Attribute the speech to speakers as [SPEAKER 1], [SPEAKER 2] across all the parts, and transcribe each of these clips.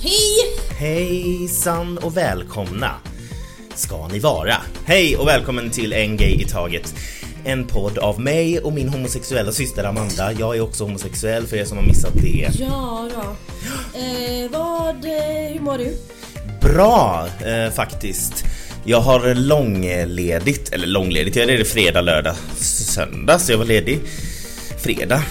[SPEAKER 1] Hej!
[SPEAKER 2] Hejsan och välkomna ska ni vara. Hej och välkommen till En Gay i Taget. En podd av mig och min homosexuella syster Amanda. Jag är också homosexuell för er som har missat det.
[SPEAKER 1] Ja då. Eh, vad, eh, hur mår du?
[SPEAKER 2] Bra eh, faktiskt. Jag har långledigt, eller långledigt, jag är ledig fredag, lördag, söndag så jag var ledig fredag.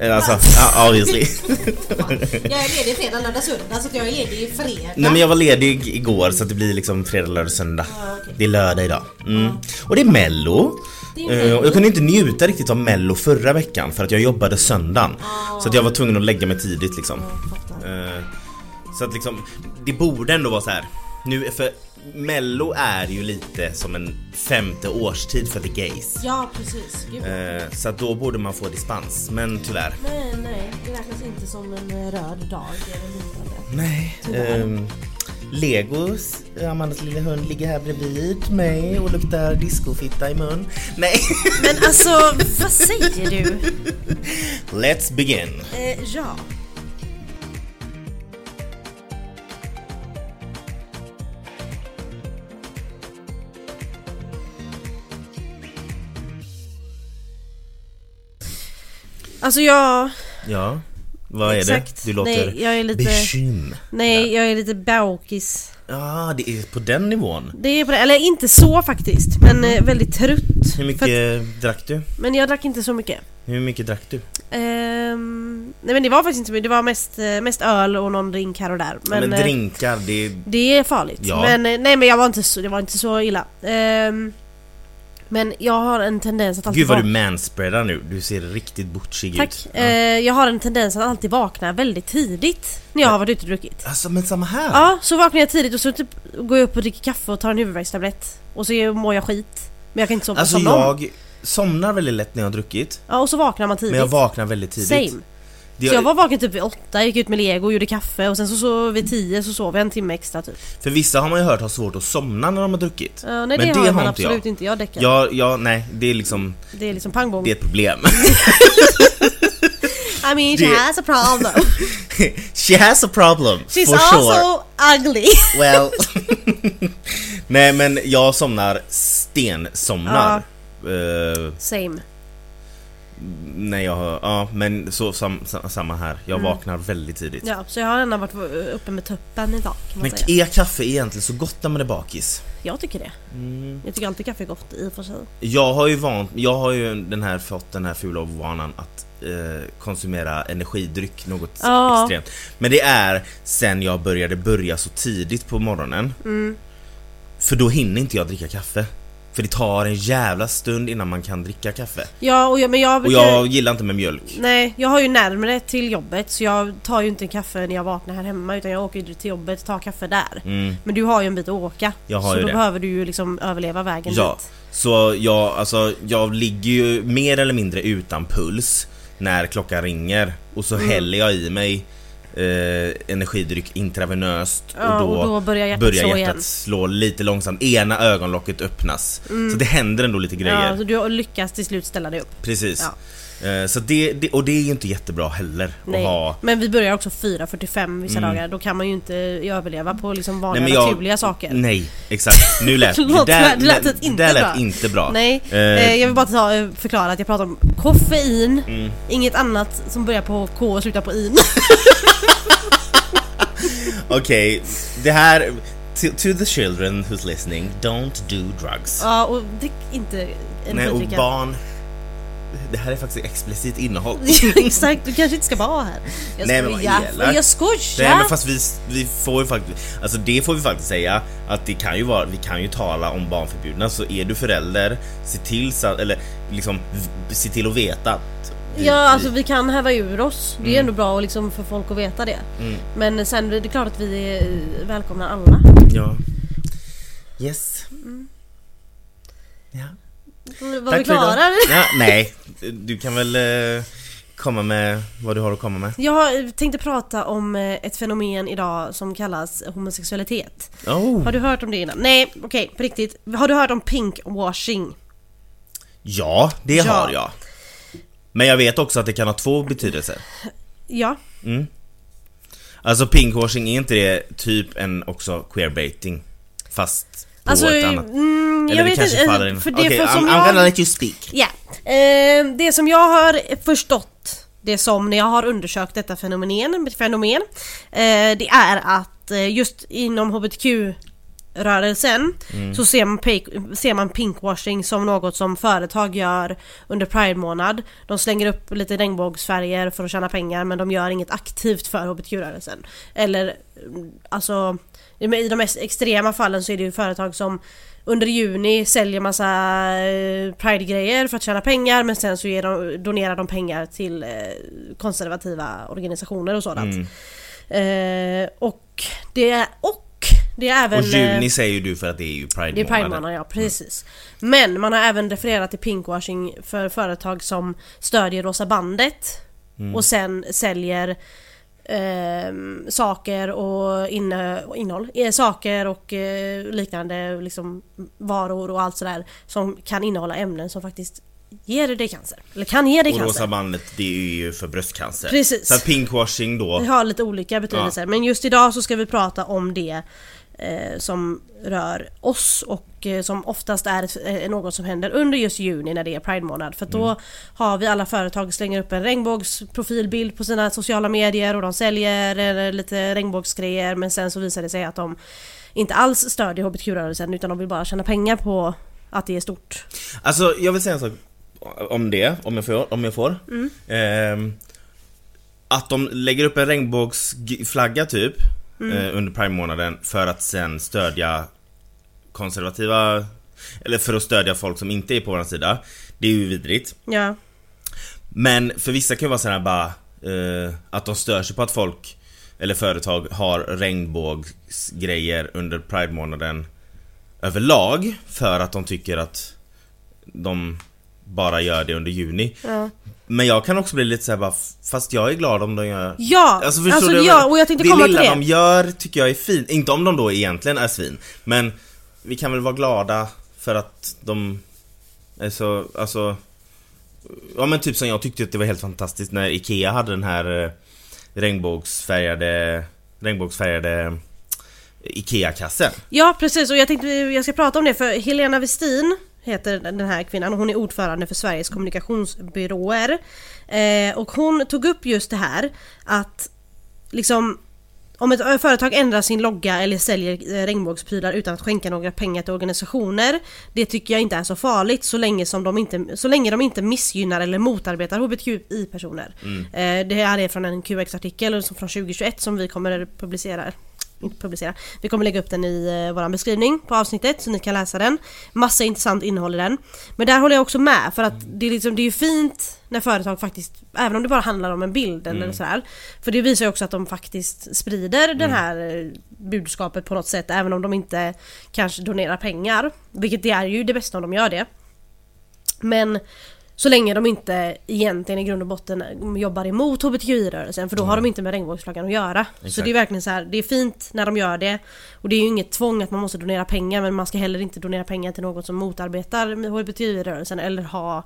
[SPEAKER 2] Eh, Alltså, ja, obviously.
[SPEAKER 1] Jag är ledig fredag, lördag, söndag så att jag är ledig i fredag.
[SPEAKER 2] Nej men jag var ledig igår så att det blir liksom fredag, lördag, söndag.
[SPEAKER 1] Ja, Ah, okej. Ah.
[SPEAKER 2] Det är lördag idag. Mm. Och det är mello.
[SPEAKER 1] Det är mello.
[SPEAKER 2] Eh, och jag kunde inte njuta riktigt av mello förra veckan för att jag jobbade söndagen.
[SPEAKER 1] Ah.
[SPEAKER 2] Så att jag var tvungen att lägga mig tidigt liksom.
[SPEAKER 1] fattar.
[SPEAKER 2] Eh, så att liksom, det borde ändå vara så här. Nu, för mello är ju lite som en femte årstid för the gays.
[SPEAKER 1] Ja precis. Gud.
[SPEAKER 2] Eh, så att då borde man få dispens, men tyvärr.
[SPEAKER 1] Nej, nej. Det räknas inte som en eh, röd dag eller liknande.
[SPEAKER 2] Nej.
[SPEAKER 1] Tyvärr.
[SPEAKER 2] ehm, Legos, Amandas lilla hund, ligger här bredvid mig och luktar discofitta i mun. Nej!
[SPEAKER 3] Men alltså, vad säger du?
[SPEAKER 2] Let's begin!
[SPEAKER 3] Eh, ja. Alltså jag...
[SPEAKER 2] Ja, vad är
[SPEAKER 3] Exakt.
[SPEAKER 2] det? Du låter
[SPEAKER 3] Nej, jag är lite-
[SPEAKER 2] bekym.
[SPEAKER 3] Nej, jag är lite baukis.
[SPEAKER 2] Ja, ah, det är på den nivån.
[SPEAKER 3] Det är på det, eller inte så faktiskt, men eh, väldigt trött.
[SPEAKER 2] Hur mycket
[SPEAKER 3] För att,
[SPEAKER 2] drack du?
[SPEAKER 3] men jag drack inte så mycket.
[SPEAKER 2] Hur mycket drack du?
[SPEAKER 3] Ehm, nej men det var faktiskt inte så mycket, det var mest, eh, mest öl och någon drink här och där.
[SPEAKER 2] Men,
[SPEAKER 3] Men, eh,
[SPEAKER 2] drinkar, det är...
[SPEAKER 3] det är farligt.
[SPEAKER 2] Ja.
[SPEAKER 3] Men eh, nej men jag var inte så, det var inte så illa. Ehm, men jag har en tendens att alltid
[SPEAKER 2] Gud vad du
[SPEAKER 3] vak-
[SPEAKER 2] manspreadar nu, du ser riktigt butchig
[SPEAKER 3] Tack!
[SPEAKER 2] ut.
[SPEAKER 3] Eh, jag har en tendens att alltid vakna väldigt tidigt när jag har varit ute och druckit.
[SPEAKER 2] Alltså men samma här!
[SPEAKER 3] Ja, så vaknar jag tidigt och så typ går jag upp och dricker kaffe och tar en huvudvärkstablett. Och så mår jag skit. Men jag kan inte sova
[SPEAKER 2] alltså
[SPEAKER 3] somna om.
[SPEAKER 2] jag somnar väldigt lätt när jag har druckit,
[SPEAKER 3] Ja, och så vaknar man tidigt.
[SPEAKER 2] men jag vaknar väldigt tidigt.
[SPEAKER 3] Same.
[SPEAKER 2] Det-
[SPEAKER 3] Så jag var vaken typ vid åtta, gick ut med lego och gjorde kaffe och sen så sov vid tio så sov jag en timme extra typ.
[SPEAKER 2] För vissa har man ju hört har svårt att somna när de har druckit.
[SPEAKER 3] Ja, nej
[SPEAKER 2] Men
[SPEAKER 3] det,
[SPEAKER 2] det
[SPEAKER 3] har jag
[SPEAKER 2] har
[SPEAKER 3] men
[SPEAKER 2] inte
[SPEAKER 3] absolut
[SPEAKER 2] jag.
[SPEAKER 3] inte, jag däckar.
[SPEAKER 2] Ja, ja, nej, det är liksom,
[SPEAKER 3] Det är liksom pang bom.
[SPEAKER 2] det är ett problem.
[SPEAKER 3] I mean
[SPEAKER 2] det-
[SPEAKER 3] she has a problem.
[SPEAKER 2] She has a problem,
[SPEAKER 3] She's
[SPEAKER 2] for
[SPEAKER 3] also
[SPEAKER 2] sure.
[SPEAKER 3] ugly.
[SPEAKER 2] Well. nej men jag somnar stensomnar. Eh,
[SPEAKER 3] Same.
[SPEAKER 2] när jag har, ja men så sam, sam, samma här. Jag vaknar väldigt tidigt.
[SPEAKER 3] Mm. Ja, så jag har ändå varit uppe med tuppen idag kan man
[SPEAKER 2] Men
[SPEAKER 3] säga.
[SPEAKER 2] är kaffe egentligen så gott när man är bakis?
[SPEAKER 3] Jag tycker det.
[SPEAKER 2] Mm.
[SPEAKER 3] Jag tycker alltid kaffe är gott i och för sig.
[SPEAKER 2] Jag har ju vant, jag har ju den här, fått den här fula vanan att eh, konsumera energidryck något
[SPEAKER 3] Ja.
[SPEAKER 2] extremt. Men det är sen jag började börja så tidigt på morgonen. För då hinner inte jag dricka kaffe. För det tar en jävla stund innan man kan dricka kaffe.
[SPEAKER 3] Ja, och jag, men jag
[SPEAKER 2] Och
[SPEAKER 3] brukar...
[SPEAKER 2] jag gillar inte med mjölk.
[SPEAKER 3] Nej, jag har ju närmare till jobbet så jag tar ju inte en kaffe när jag vaknar här hemma utan jag åker ju till jobbet och tar kaffe där.
[SPEAKER 2] Mm.
[SPEAKER 3] Men du har ju en bit att åka.
[SPEAKER 2] Jag har
[SPEAKER 3] så
[SPEAKER 2] ju
[SPEAKER 3] då
[SPEAKER 2] det.
[SPEAKER 3] behöver du ju liksom överleva vägen
[SPEAKER 2] Ja,
[SPEAKER 3] dit.
[SPEAKER 2] så jag, alltså, jag ligger ju mer eller mindre utan puls när klockan ringer och
[SPEAKER 3] Mm.
[SPEAKER 2] så häller jag i mig eh, energidryck intravenöst
[SPEAKER 3] Ja, och då börjar hjärtat
[SPEAKER 2] börjar
[SPEAKER 3] slå
[SPEAKER 2] hjärtat
[SPEAKER 3] igen.
[SPEAKER 2] slå lite långsamt, ena ögonlocket öppnas. Så det händer ändå lite grejer.
[SPEAKER 3] Mm. Ja, så du lyckas till slut ställa dig upp.
[SPEAKER 2] Precis. Eh, så det, det, och det är ju inte jättebra heller
[SPEAKER 3] Nej.
[SPEAKER 2] att ha Mm.
[SPEAKER 3] Men vi börjar också 4.45 vissa dagar. Då kan man ju inte överleva på liksom vanliga
[SPEAKER 2] men jag-
[SPEAKER 3] naturliga saker.
[SPEAKER 2] Nej, exakt. Nu lät
[SPEAKER 3] Det låter-
[SPEAKER 2] där-
[SPEAKER 3] det lät inte
[SPEAKER 2] där
[SPEAKER 3] bra.
[SPEAKER 2] lät inte bra.
[SPEAKER 3] Nej,
[SPEAKER 2] Eh,
[SPEAKER 3] eh, jag vill bara ta, eh, förklara att jag pratar om koffein,
[SPEAKER 2] Mm.
[SPEAKER 3] inget annat som börjar på K och slutar på in.
[SPEAKER 2] Okej, det här... To, to the children who's listening, don't do drugs.
[SPEAKER 3] ja, och drick inte
[SPEAKER 2] Nej, och
[SPEAKER 3] energidricka.
[SPEAKER 2] barn... Det här är faktiskt explicit innehåll.
[SPEAKER 3] Exakt, du kanske inte ska vara här. Jag
[SPEAKER 2] Nej, men vad elakt.
[SPEAKER 3] Jag skojar!
[SPEAKER 2] Nej men fast vi, vi får ju faktiskt, alltså det får vi faktiskt säga att det kan ju vara, vi kan ju tala om barnförbjudna så är du förälder, se till så, eller liksom, v- se till att veta att vi-
[SPEAKER 3] Ja, alltså vi kan häva ur oss.
[SPEAKER 2] Mm.
[SPEAKER 3] Det är ändå bra att liksom för folk att veta det. Men sen det är klart att vi eh, välkomnar alla.
[SPEAKER 2] Ja. Yes.
[SPEAKER 3] Mm.
[SPEAKER 2] Ja.
[SPEAKER 3] Var vi
[SPEAKER 2] för idag.
[SPEAKER 3] klara?
[SPEAKER 2] Ja, nej, du kan väl eh, komma med vad du har att komma med.
[SPEAKER 3] Jag eh, tänkte prata om eh, ett fenomen idag som kallas homosexualitet.
[SPEAKER 2] Oh.
[SPEAKER 3] Har du hört om det innan? Nej, okej, på riktigt. Har du hört om pinkwashing?
[SPEAKER 2] Ja, det
[SPEAKER 3] Ja.
[SPEAKER 2] har jag. Men jag vet också att det kan ha två betydelser.
[SPEAKER 3] Ja.
[SPEAKER 2] Alltså pinkwashing, är inte det typ en också queerbaiting? Fast på
[SPEAKER 3] Alltså,
[SPEAKER 2] ett annat...
[SPEAKER 3] mm,
[SPEAKER 2] Eller
[SPEAKER 3] jag
[SPEAKER 2] det
[SPEAKER 3] vet
[SPEAKER 2] kanske
[SPEAKER 3] inte,
[SPEAKER 2] faller in...
[SPEAKER 3] för det-
[SPEAKER 2] Okej,
[SPEAKER 3] för
[SPEAKER 2] I'm,
[SPEAKER 3] som
[SPEAKER 2] I'm
[SPEAKER 3] jag-
[SPEAKER 2] gonna let you speak.
[SPEAKER 3] Ja, eh, det som jag har förstått det som när jag har undersökt detta fenomen, fenomen eh, det är att eh, just inom hbtq-rörelsen så ser man, pink, ser man pinkwashing som något som företag gör under Pride-månad. De slänger upp lite regnbågsfärger för att tjäna pengar men de gör inget aktivt för hbtq-rörelsen. Eller mm, alltså i de mest extrema fallen så är det ju företag som under juni säljer massa eh, Pride-grejer för att tjäna pengar men sen så ger de, donerar de pengar till eh, konservativa organisationer och sådant.
[SPEAKER 2] Mm.
[SPEAKER 3] Eh, och det och det är även...
[SPEAKER 2] Och
[SPEAKER 3] eh,
[SPEAKER 2] juni säger ju du för att det är ju pride
[SPEAKER 3] det är Pride-månaden, ja precis. Men man har även refererat till pinkwashing för företag som stödjer Rosa bandet
[SPEAKER 2] Mm.
[SPEAKER 3] och sen säljer ehm, saker och inne, och innehåll. Eh, saker och eh, liknande liksom, varor och allt sådär som kan innehålla ämnen som faktiskt ger dig cancer. Eller kan ge dig
[SPEAKER 2] Och rosa
[SPEAKER 3] cancer.
[SPEAKER 2] bandet, det är ju för bröstcancer.
[SPEAKER 3] Precis.
[SPEAKER 2] Så att pinkwashing då...
[SPEAKER 3] Det har lite olika betydelser men just idag så ska vi prata om det eh, som rör oss och eh, som oftast är ett- eh, något som händer under just juni när det är Pride-månad. För att
[SPEAKER 2] Mm.
[SPEAKER 3] då har vi alla företag slänger upp en regnbågsprofilbild på sina sociala medier och de säljer eh, lite regnbågsgrejer men sen så visar det sig att de inte alls stödjer hbtq-rörelsen utan de vill bara tjäna pengar på att det är stort.
[SPEAKER 2] Alltså jag vill säga en sak om det, om jag får. Om jag får. Ehm, att de lägger upp en regnbågsflagga typ eh, under Pride-månaden för att sen stödja konservativa, eller för att stödja folk som inte är på vår sida. Det är ju vidrigt.
[SPEAKER 3] Ja.
[SPEAKER 2] Men för vissa kan ju vara sådär bara eh, att de stör sig på att folk eller företag har regnbågsgrejer under Pride-månaden överlag för att de tycker att de bara gör det under juni. Men jag kan också bli lite såhär bara, fast jag är glad om de gör
[SPEAKER 3] Ja,
[SPEAKER 2] Alltså förstår
[SPEAKER 3] alltså,
[SPEAKER 2] du?
[SPEAKER 3] ja, och jag tänkte
[SPEAKER 2] det
[SPEAKER 3] komma till
[SPEAKER 2] lilla
[SPEAKER 3] det.
[SPEAKER 2] de gör tycker jag är fint. Inte om de då egentligen är svin, men vi kan väl vara glada för att de är så, alltså Ja men typ som jag tyckte att det var helt fantastiskt när IKEA hade den här eh, regnbågsfärgade regnbågsfärgade IKEA-kassen.
[SPEAKER 3] Ja precis och jag tänkte jag ska prata om det för Helena Westin heter den här kvinnan och hon är ordförande för Sveriges kommunikationsbyråer. Eh, och hon tog upp just det här att liksom om ett företag ändrar sin logga eller säljer eh, regnbågsprylar utan att skänka några pengar till organisationer Det tycker jag inte är så farligt så länge, som de, inte, så länge de inte missgynnar eller motarbetar hbtqi-personer Eh, Det här är från en QX-artikel som- från 2021 som vi kommer publicera inte publicera. Vi kommer lägga upp den i eh, vår beskrivning på avsnittet så ni kan läsa den. Massa intressant innehåll i den. Men där håller jag också med för att det är, liksom, det är ju fint när företag faktiskt, även om det bara handlar om en bild eller sådär. För det visar ju också att de faktiskt sprider det här eh, budskapet på något sätt även om de inte kanske donerar pengar. Vilket det är ju det bästa om de gör det. Men så länge de inte egentligen i grund och botten jobbar emot hbtqi-rörelsen för då har de inte med regnbågsflaggan att göra. Så
[SPEAKER 2] Exakt.
[SPEAKER 3] det är verkligen så här, det är fint när de gör det och det är ju inget tvång att man måste donera pengar men man ska heller inte donera pengar till något som motarbetar hbtqi-rörelsen eller ha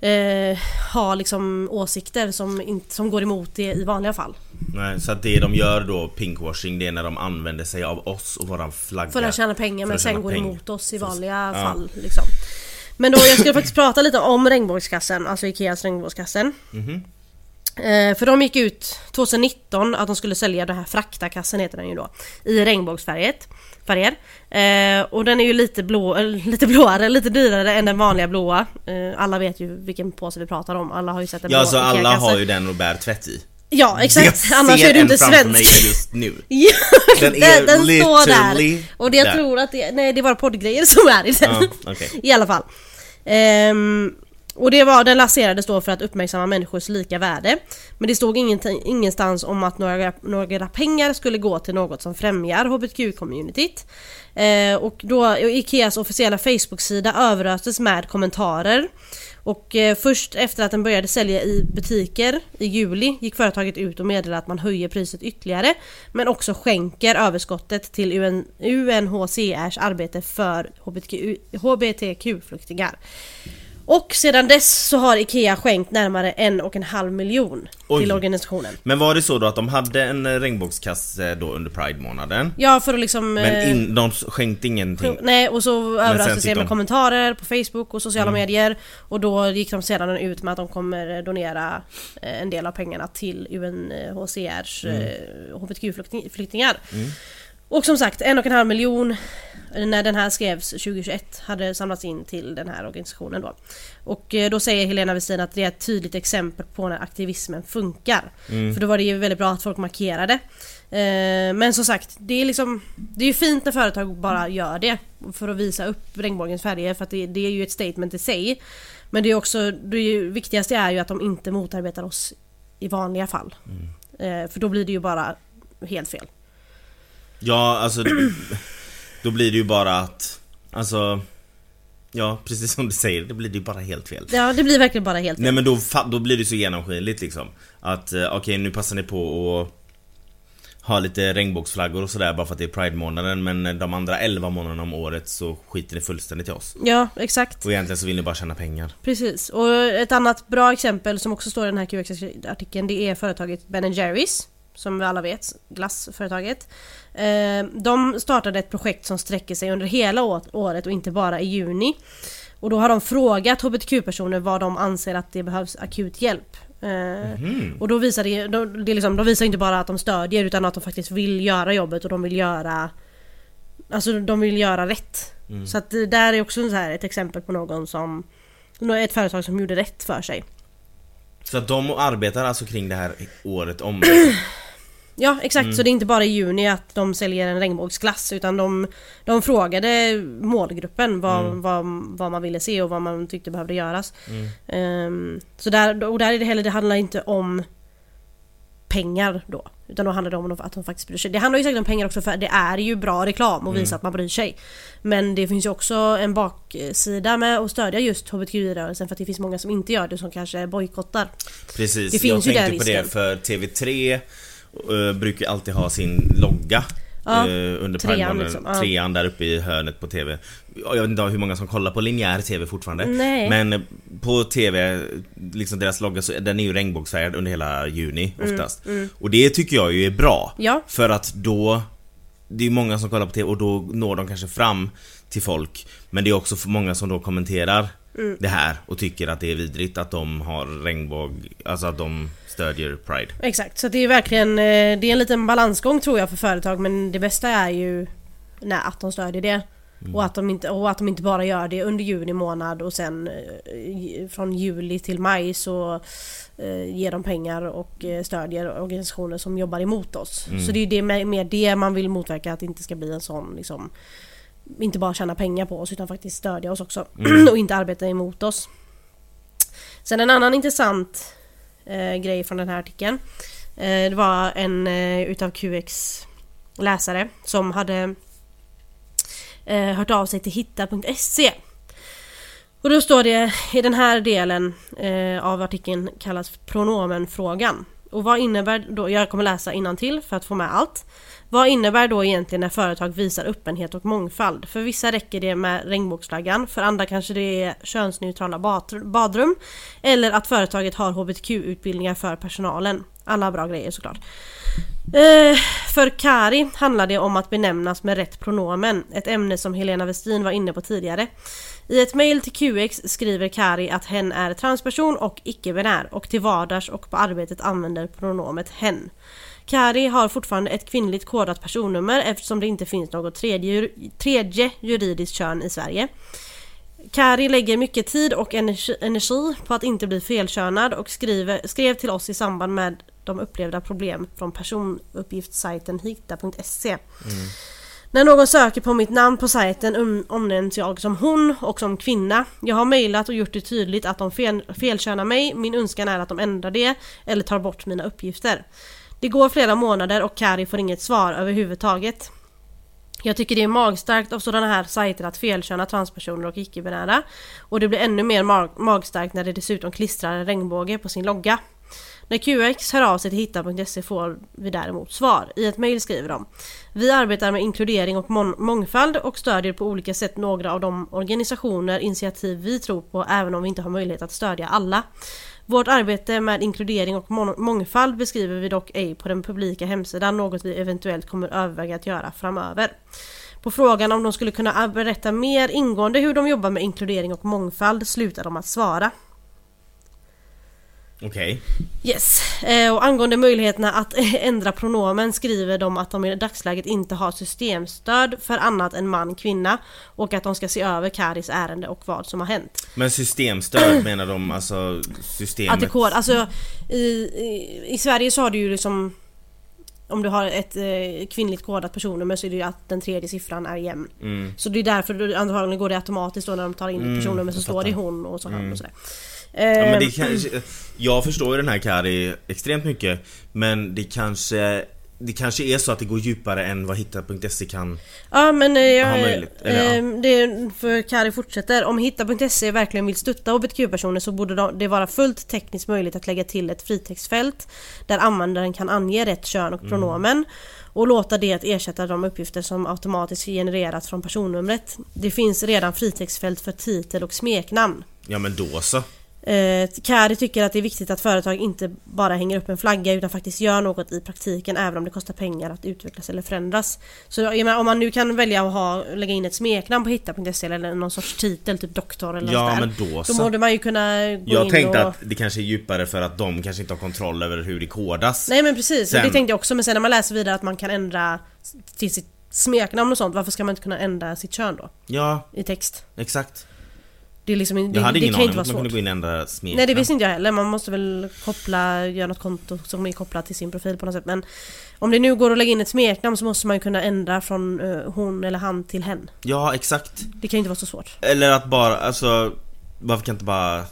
[SPEAKER 3] Eh, ha liksom åsikter som, inte, som går emot det i vanliga fall.
[SPEAKER 2] Nej, så att det de gör då, pinkwashing, det är när de använder sig av oss och våran flagga.
[SPEAKER 3] För att tjäna pengar
[SPEAKER 2] För
[SPEAKER 3] men
[SPEAKER 2] att
[SPEAKER 3] sen
[SPEAKER 2] tjäna
[SPEAKER 3] går
[SPEAKER 2] pengar.
[SPEAKER 3] emot oss i
[SPEAKER 2] För att-
[SPEAKER 3] vanliga
[SPEAKER 2] ja.
[SPEAKER 3] fall. Liksom. Men då jag skulle faktiskt prata lite om regnbågskassen, alltså Ikeas regnbågskassen.
[SPEAKER 2] Mhm.
[SPEAKER 3] Eh, för de gick ut 2019 att de skulle sälja den här fraktakassen heter den ju då. I regnbågsfärget. Färger. Eh, och den är ju lite, blå, eller lite blåare, lite dyrare än den vanliga blåa. Eh, alla vet ju vilken påse vi pratar om, alla har ju sett en
[SPEAKER 2] Ja
[SPEAKER 3] blå
[SPEAKER 2] alltså alla
[SPEAKER 3] Ikea-kasse.
[SPEAKER 2] har ju den och bär tvätt i.
[SPEAKER 3] Ja
[SPEAKER 2] Jag
[SPEAKER 3] exakt,
[SPEAKER 2] ser
[SPEAKER 3] annars är du
[SPEAKER 2] en
[SPEAKER 3] inte
[SPEAKER 2] framför mig
[SPEAKER 3] svensk.
[SPEAKER 2] just nu.
[SPEAKER 3] Ja,
[SPEAKER 2] Den
[SPEAKER 3] den,
[SPEAKER 2] är
[SPEAKER 3] den står där.
[SPEAKER 2] literally
[SPEAKER 3] Och det jag
[SPEAKER 2] där.
[SPEAKER 3] tror att det, nej det är bara poddgrejer som är i den.
[SPEAKER 2] Ja, okej.
[SPEAKER 3] I alla fall. Ehm, och det var, den lanserades då för att uppmärksamma människors lika värde. Men det stod ingenting- ingenstans om att några, några pengar skulle gå till något som främjar hbtq-communityt. Eh, och då, och Ikeas officiella Facebook-sida överöstes med kommentarer. Och eh, först efter att den började sälja i butiker i juli gick företaget ut och meddelade att man höjer priset ytterligare. Men också skänker överskottet till UN, UNHCRs arbete för HBTQ hbtq-flyktingar. Och sedan dess så har IKEA skänkt närmare en och en halv miljon
[SPEAKER 2] Oj.
[SPEAKER 3] till organisationen.
[SPEAKER 2] Men var det så då att de hade en eh, regnbågskasse då under Pride-månaden?
[SPEAKER 3] Ja, för att liksom...
[SPEAKER 2] Men
[SPEAKER 3] eh,
[SPEAKER 2] in, de skänkte ingenting?
[SPEAKER 3] Nej, och så överraskades
[SPEAKER 2] fick
[SPEAKER 3] jag med
[SPEAKER 2] de-
[SPEAKER 3] kommentarer på Facebook och sociala medier. Och då gick de sedan ut med att de kommer donera eh, en del av pengarna till UNHCRs mm. HBTQ-flyktingar. Och som sagt, en och en halv miljon eh, när den här skrevs 2021 hade samlats in till den här organisationen då. Och eh, då säger Helena Westin att det är ett tydligt exempel på när aktivismen funkar. För då var det ju väldigt bra att folk markerade. Eh, Men som sagt, det är liksom Det är ju fint när företag bara gör det för att visa upp regnbågens färger för att det, det är ju ett statement i sig. Men det är också, det är ju, viktigaste är ju att de inte motarbetar oss i vanliga fall. Eh, För då blir det ju bara helt fel.
[SPEAKER 2] Ja, alltså d- Då blir det ju bara att Alltså Ja, precis som du säger, det blir det ju bara helt fel
[SPEAKER 3] Ja det blir verkligen bara helt fel.
[SPEAKER 2] Nej men då, fa- då blir det så genomskinligt liksom Att eh, okej, nu passar ni på att ha lite regnbågsflaggor och sådär bara för att det är Pride-månaden men de andra 11 månaderna om året så skiter ni fullständigt i oss
[SPEAKER 3] Ja exakt.
[SPEAKER 2] Och egentligen så vill ni bara tjäna pengar
[SPEAKER 3] Precis, och ett annat bra exempel som också står i den här QX-artikeln det är företaget Ben Jerrys som vi alla vet, glassföretaget. Eh, De startade ett projekt som sträcker sig under hela å- året och inte bara i juni. Och då har de frågat hbtq-personer vad de anser att det behövs akut hjälp. Eh, Och då visar det, då- det är liksom, de visar inte bara att de stödjer utan att de faktiskt vill göra jobbet och de vill göra Alltså de vill göra rätt. Så att det där är också så här ett exempel på någon som ett företag som gjorde rätt för sig.
[SPEAKER 2] Så att de arbetar alltså kring det här året om
[SPEAKER 3] Ja exakt, så det är inte bara i juni att de säljer en regnbågsglass utan de, de frågade målgruppen vad, vad, vad man ville se och vad man tyckte behövde göras. Ehm, så där, och där är det heller, det handlar inte om pengar då. Utan då handlar det om att de faktiskt bryr sig. Det handlar ju säkert om pengar också för det är ju bra reklam och visa att man bryr sig. Men det finns ju också en baksida med att stödja just hbtqi-rörelsen för att det finns många som inte gör det som kanske bojkottar.
[SPEAKER 2] Precis,
[SPEAKER 3] Det finns
[SPEAKER 2] jag
[SPEAKER 3] ju
[SPEAKER 2] tänkte
[SPEAKER 3] den
[SPEAKER 2] på det
[SPEAKER 3] risken.
[SPEAKER 2] för TV3 eh, brukar alltid ha sin logga
[SPEAKER 3] Ja,
[SPEAKER 2] eh,
[SPEAKER 3] trean
[SPEAKER 2] under Pride-månaden.
[SPEAKER 3] liksom, ja.
[SPEAKER 2] trean där uppe i hörnet på TV. Ja, Jag vet inte hur många som kollar på linjär TV fortfarande.
[SPEAKER 3] Nej.
[SPEAKER 2] Men eh, på TV, liksom deras logga, så, den är ju regnbågsfärgad under hela juni oftast. Och det tycker jag ju är bra.
[SPEAKER 3] Mm, Ja.
[SPEAKER 2] För att då det är många som kollar på TV och då når de kanske fram till folk Men det är också många som då kommenterar
[SPEAKER 3] Mm.
[SPEAKER 2] det här och tycker att det är vidrigt att de har regnbåg, alltså att de stödjer Pride
[SPEAKER 3] Exakt, så det är verkligen eh, det är en liten balansgång tror jag för företag men det bästa är ju när att de stödjer det. Och, att de inte, och att de inte bara gör det under juni månad och sen eh, i- från juli till maj så eh, ger de pengar och eh, stödjer organisationer som jobbar emot oss. Så det är ju det, med- mer det man vill motverka, att det inte ska bli en sån liksom inte bara tjäna pengar på oss utan faktiskt stödja oss också och inte arbeta emot oss. Sen en annan intressant eh, grej från den här artikeln. Eh, det var en eh, utav QX läsare som hade eh, hört av sig till hitta.se. Och då står det i den här delen eh, av artikeln kallas pronomenfrågan. Och vad innebär då, jag kommer läsa innantill för att få med allt. Vad innebär då egentligen när företag visar öppenhet och mångfald? För vissa räcker det med regnbågsflaggan, för andra kanske det är könsneutrala badr- badrum. Eller att företaget har hbtq-utbildningar för personalen. Alla bra grejer såklart. Eh, för Kari handlar det om att benämnas med rätt pronomen, ett ämne som Helena Westin var inne på tidigare. I ett mejl till QX skriver Kari att hen är transperson och icke-binär och till vardags och på arbetet använder pronomet hen. Kari har fortfarande ett kvinnligt kodat personnummer eftersom det inte finns något tredje, tredje juridiskt kön i Sverige. Kari lägger mycket tid och energi- energi på att inte bli felkönad och skriver, skrev till oss i samband med de upplevda problem från personuppgiftssajten hitta.se. När någon söker på mitt namn på sajten um- omnämns jag som hon och som kvinna. Jag har mejlat och gjort det tydligt att de fel- felkönar mig. Min önskan är att de ändrar det eller tar bort mina uppgifter. Det går flera månader och Kari får inget svar överhuvudtaget. Jag tycker det är magstarkt av sådana här sajter att felköna transpersoner och icke-binära. Och det blir ännu mer mag- magstarkt när det dessutom klistrar en regnbåge på sin logga. När QX hör av sig till hitta.se E får vi däremot svar. I ett mejl skriver de. Vi arbetar med inkludering och mång- mångfald och stödjer på olika sätt några av de organisationer, initiativ vi tror på även om vi inte har möjlighet att stödja alla. Vårt arbete med inkludering och mång- mångfald beskriver vi dock ej på den publika hemsidan, något vi eventuellt kommer överväga att göra framöver. På frågan om de skulle kunna berätta mer ingående hur de jobbar med inkludering och mångfald slutar de att svara.
[SPEAKER 2] Okej.
[SPEAKER 3] Yes, eh, och angående möjligheterna att ändra pronomen skriver de att de i dagsläget inte har systemstöd för annat än man, kvinna och att de ska se över Karis ärende och vad som har hänt.
[SPEAKER 2] Men systemstöd menar de alltså systemet?
[SPEAKER 3] Att det kod, alltså i, i, i Sverige så har du ju liksom om du har ett eh, kvinnligt kodat personnummer så är det ju att den tredje siffran är jämn.
[SPEAKER 2] Mm.
[SPEAKER 3] Så det är därför du- antagligen går det automatiskt då när de tar in mm, personnummer så
[SPEAKER 2] jag Mm.
[SPEAKER 3] står det hon och så han och sådär.
[SPEAKER 2] Ja, men det
[SPEAKER 3] Ehm,
[SPEAKER 2] kanske, jag förstår ju den här Kari extremt mycket Men det kanske Det kanske är så att det går djupare än vad hitta.se kan
[SPEAKER 3] Ja men eh, jag,
[SPEAKER 2] Aha, möjligt. Eller, ja.
[SPEAKER 3] eh, det är, för Kari fortsätter. Om hitta.se E verkligen vill stötta hbtq-personer så borde de- det vara fullt tekniskt möjligt att lägga till ett fritextfält där användaren kan ange rätt kön och
[SPEAKER 2] Mm.
[SPEAKER 3] pronomen och låta det ersätta de uppgifter som automatiskt genereras från personnumret. Det finns redan fritextfält för titel och smeknamn.
[SPEAKER 2] Ja men då så
[SPEAKER 3] Eh, Kari tycker att det är viktigt att företag inte bara hänger upp en flagga utan faktiskt gör något i praktiken även om det kostar pengar att utvecklas eller förändras. Så jag menar, om man nu kan välja att ha, lägga in ett smeknamn på hitta.se E eller någon sorts titel, typ doktor eller
[SPEAKER 2] Ja,
[SPEAKER 3] något
[SPEAKER 2] men då
[SPEAKER 3] Då
[SPEAKER 2] så.
[SPEAKER 3] borde man ju kunna gå
[SPEAKER 2] Jag
[SPEAKER 3] in
[SPEAKER 2] tänkte
[SPEAKER 3] och...
[SPEAKER 2] att det kanske är djupare för att de kanske inte har kontroll över hur det kodas
[SPEAKER 3] Nej men precis,
[SPEAKER 2] Sen-
[SPEAKER 3] det tänkte jag också men sen när man läser vidare att man kan ändra s- till sitt smeknamn och sånt, varför ska man inte kunna ändra sitt kön då?
[SPEAKER 2] Ja,
[SPEAKER 3] I text?
[SPEAKER 2] exakt
[SPEAKER 3] Det är liksom in- det,
[SPEAKER 2] Jag hade
[SPEAKER 3] det
[SPEAKER 2] ingen
[SPEAKER 3] kan ju
[SPEAKER 2] aning
[SPEAKER 3] inte vara
[SPEAKER 2] om att man kunde
[SPEAKER 3] svårt.
[SPEAKER 2] gå in och ändra smeknamn
[SPEAKER 3] Nej det visste inte jag heller, man måste väl koppla, göra något konto som är kopplat till sin profil på något sätt men Om det nu går att lägga in ett smeknamn så måste man ju kunna ändra från eh, hon eller han till hen
[SPEAKER 2] Ja, exakt
[SPEAKER 3] Det kan ju inte vara så svårt
[SPEAKER 2] Eller att bara, alltså Varför kan inte bara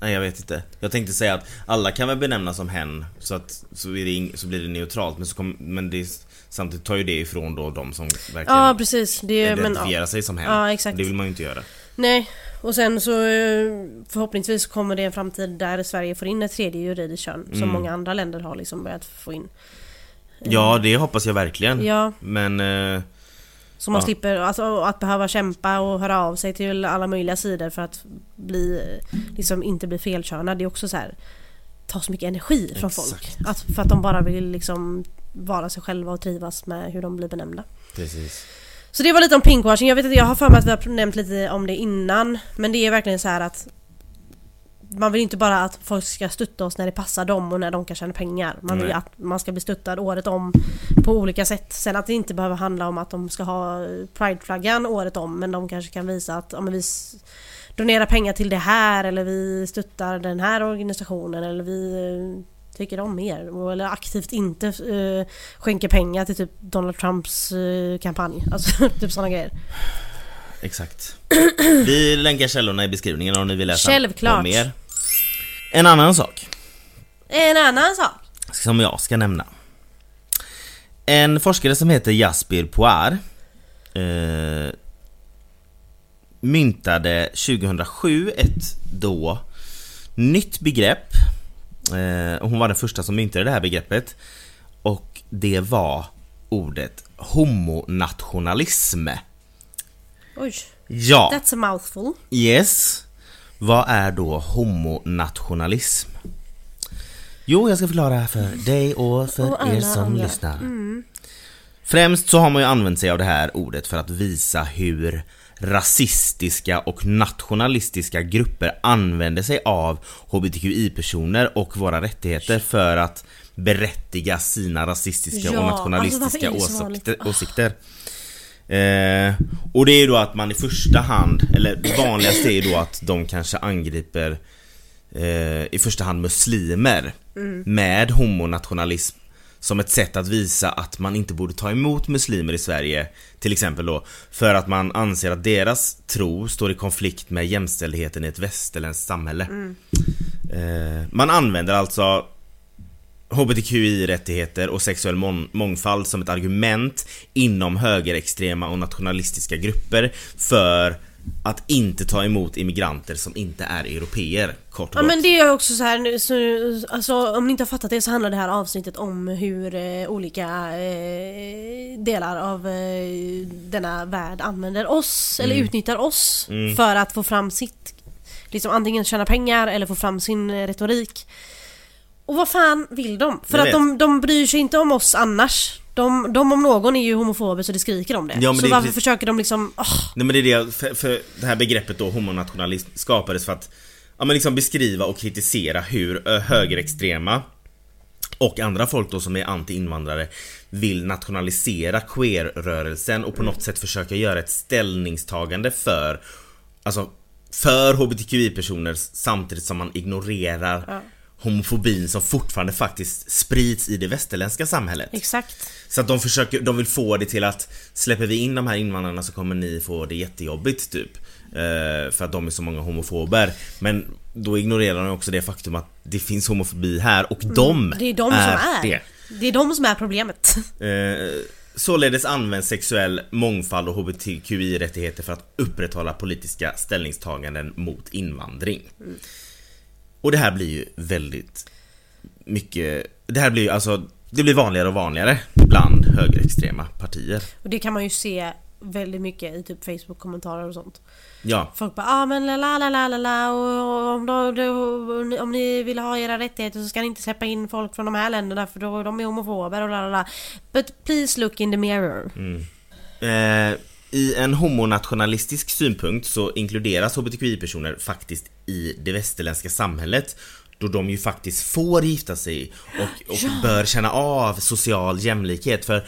[SPEAKER 2] Nej jag vet inte Jag tänkte säga att alla kan väl benämnas som hen Så att så, är det ing, så blir det neutralt men, så kom, men det är, samtidigt tar ju det ifrån då de som verkligen
[SPEAKER 3] Ja precis, det är men
[SPEAKER 2] identifiera
[SPEAKER 3] ja.
[SPEAKER 2] sig som hen.
[SPEAKER 3] Ja, exakt. Mm.
[SPEAKER 2] Det vill man ju inte göra.
[SPEAKER 3] Nej, och sen så eh, förhoppningsvis kommer det en framtid där Sverige får in ett tredje juridiskt kön som många andra länder har liksom börjat få in
[SPEAKER 2] Ja, det hoppas jag verkligen.
[SPEAKER 3] Ja,
[SPEAKER 2] Men... Eh,
[SPEAKER 3] så man
[SPEAKER 2] Ja.
[SPEAKER 3] slipper alltså, att behöva kämpa och höra av sig till alla möjliga sidor för att bli, liksom inte bli felkönad. Det är också så här tar så mycket energi från
[SPEAKER 2] Exakt.
[SPEAKER 3] folk. Att, för att de bara vill liksom vara sig själva och trivas med hur de blir benämnda.
[SPEAKER 2] precis.
[SPEAKER 3] Så det var lite om pinkwashing. Jag vet inte, jag har för mig att vi har nämnt lite om det innan. Men det är verkligen så här att man vill inte bara att folk ska stötta oss när det passar dem och när de kan tjäna pengar. Man vill
[SPEAKER 2] Nej.
[SPEAKER 3] att man ska bli stöttad året om på olika sätt. Sen att det inte behöver handla om att de ska ha prideflaggan året om men de kanske kan visa att ja, men vi s- donerar pengar till det här eller vi stöttar den här organisationen eller vi eh, tycker om er. Och- Eller aktivt inte eh, skänker pengar till typ Donald Trumps eh, kampanj. Alltså typ sådana grejer.
[SPEAKER 2] Exakt. Vi länkar källorna i beskrivningen om ni vill läsa
[SPEAKER 3] Självklart.
[SPEAKER 2] om mer. En annan sak
[SPEAKER 3] En annan sak.
[SPEAKER 2] som jag ska nämna. En forskare som heter Jasper Poir eh, myntade 2007 ett då nytt begrepp. Eh, och hon var den första som myntade det här begreppet. Och det var ordet homonationalism.
[SPEAKER 3] Oj,
[SPEAKER 2] Ja,
[SPEAKER 3] that's a mouthful.
[SPEAKER 2] yes. Vad är då homonationalism? Jo, jag ska förklara för dig och för
[SPEAKER 3] Och alla
[SPEAKER 2] er som
[SPEAKER 3] andra. Mm.
[SPEAKER 2] lyssnar. Främst så har man ju använt sig av det här ordet för att visa hur rasistiska och nationalistiska grupper använder sig av hbtqi-personer och våra rättigheter för att berättiga sina rasistiska
[SPEAKER 3] Ja,
[SPEAKER 2] och
[SPEAKER 3] alltså varför
[SPEAKER 2] nationalistiska
[SPEAKER 3] är det så vanligt? Ah.
[SPEAKER 2] åsikter. åsikter. Eh, och det är ju då att man i första hand, eller det vanligaste är ju då att de kanske angriper eh, i första hand muslimer med homonationalism som ett sätt att visa att man inte borde ta emot muslimer i Sverige till exempel då för att man anser att deras tro står i konflikt med jämställdheten i ett västerländskt samhälle. Eh, man använder alltså HBTQI-rättigheter och sexuell mång- mångfald som ett argument inom högerextrema och nationalistiska grupper för att inte ta emot immigranter som inte är europeer, kort och
[SPEAKER 3] Ja
[SPEAKER 2] gott.
[SPEAKER 3] men det är också så här nu, så, alltså om ni inte har fattat det så handlar det här avsnittet om hur eh, olika eh, delar av eh, denna värld använder oss
[SPEAKER 2] Mm.
[SPEAKER 3] eller utnyttjar oss för att få fram sitt, liksom antingen tjäna pengar eller få fram sin eh, retorik. Och vad fan vill de? För
[SPEAKER 2] Jag
[SPEAKER 3] att de, de bryr sig inte om oss annars. De, de om någon är ju homofober så det skriker om det.
[SPEAKER 2] Ja, men
[SPEAKER 3] så
[SPEAKER 2] det är
[SPEAKER 3] varför
[SPEAKER 2] precis-
[SPEAKER 3] försöker de liksom... åh,
[SPEAKER 2] Nej men det är det, jag- för, för det här begreppet då, homonationalism, skapades för att ja, men liksom beskriva och kritisera hur ö, högerextrema och andra folk då som är anti-invandrare vill nationalisera queer-rörelsen och på något sätt försöka göra ett ställningstagande för Alltså för hbtqi-personer samtidigt som man ignorerar homofobin som fortfarande faktiskt sprids i det västerländska samhället.
[SPEAKER 3] exakt.
[SPEAKER 2] Så att de försöker, de vill få det till att släpper vi in de här invandrarna så kommer ni få det jättejobbigt typ. Eh, för att de är så många homofober. Men då ignorerar de också det faktum att det finns homofobi här och de
[SPEAKER 3] Mm, Det är de som är.
[SPEAKER 2] Äh, det.
[SPEAKER 3] det är de som är problemet.
[SPEAKER 2] Eh, Således används sexuell mångfald och hbtqi-rättigheter för att upprätthålla politiska ställningstaganden mot invandring. Och det här blir ju väldigt mycket, det här blir ju alltså, det blir vanligare och vanligare bland högerextrema partier.
[SPEAKER 3] Och det kan man ju se väldigt mycket i typ Facebook-kommentarer och sånt.
[SPEAKER 2] Ja,
[SPEAKER 3] Folk bara ah, men la la la la la la och om, då, då, om ni vill ha era rättigheter så ska ni inte släppa in folk från de här länderna för då de är homofober och la la la. But please look in the mirror.
[SPEAKER 2] eh, i en homonationalistisk synpunkt så inkluderas hbtqi-personer faktiskt i det västerländska samhället då de ju faktiskt får gifta sig och, och bör känna av social jämlikhet för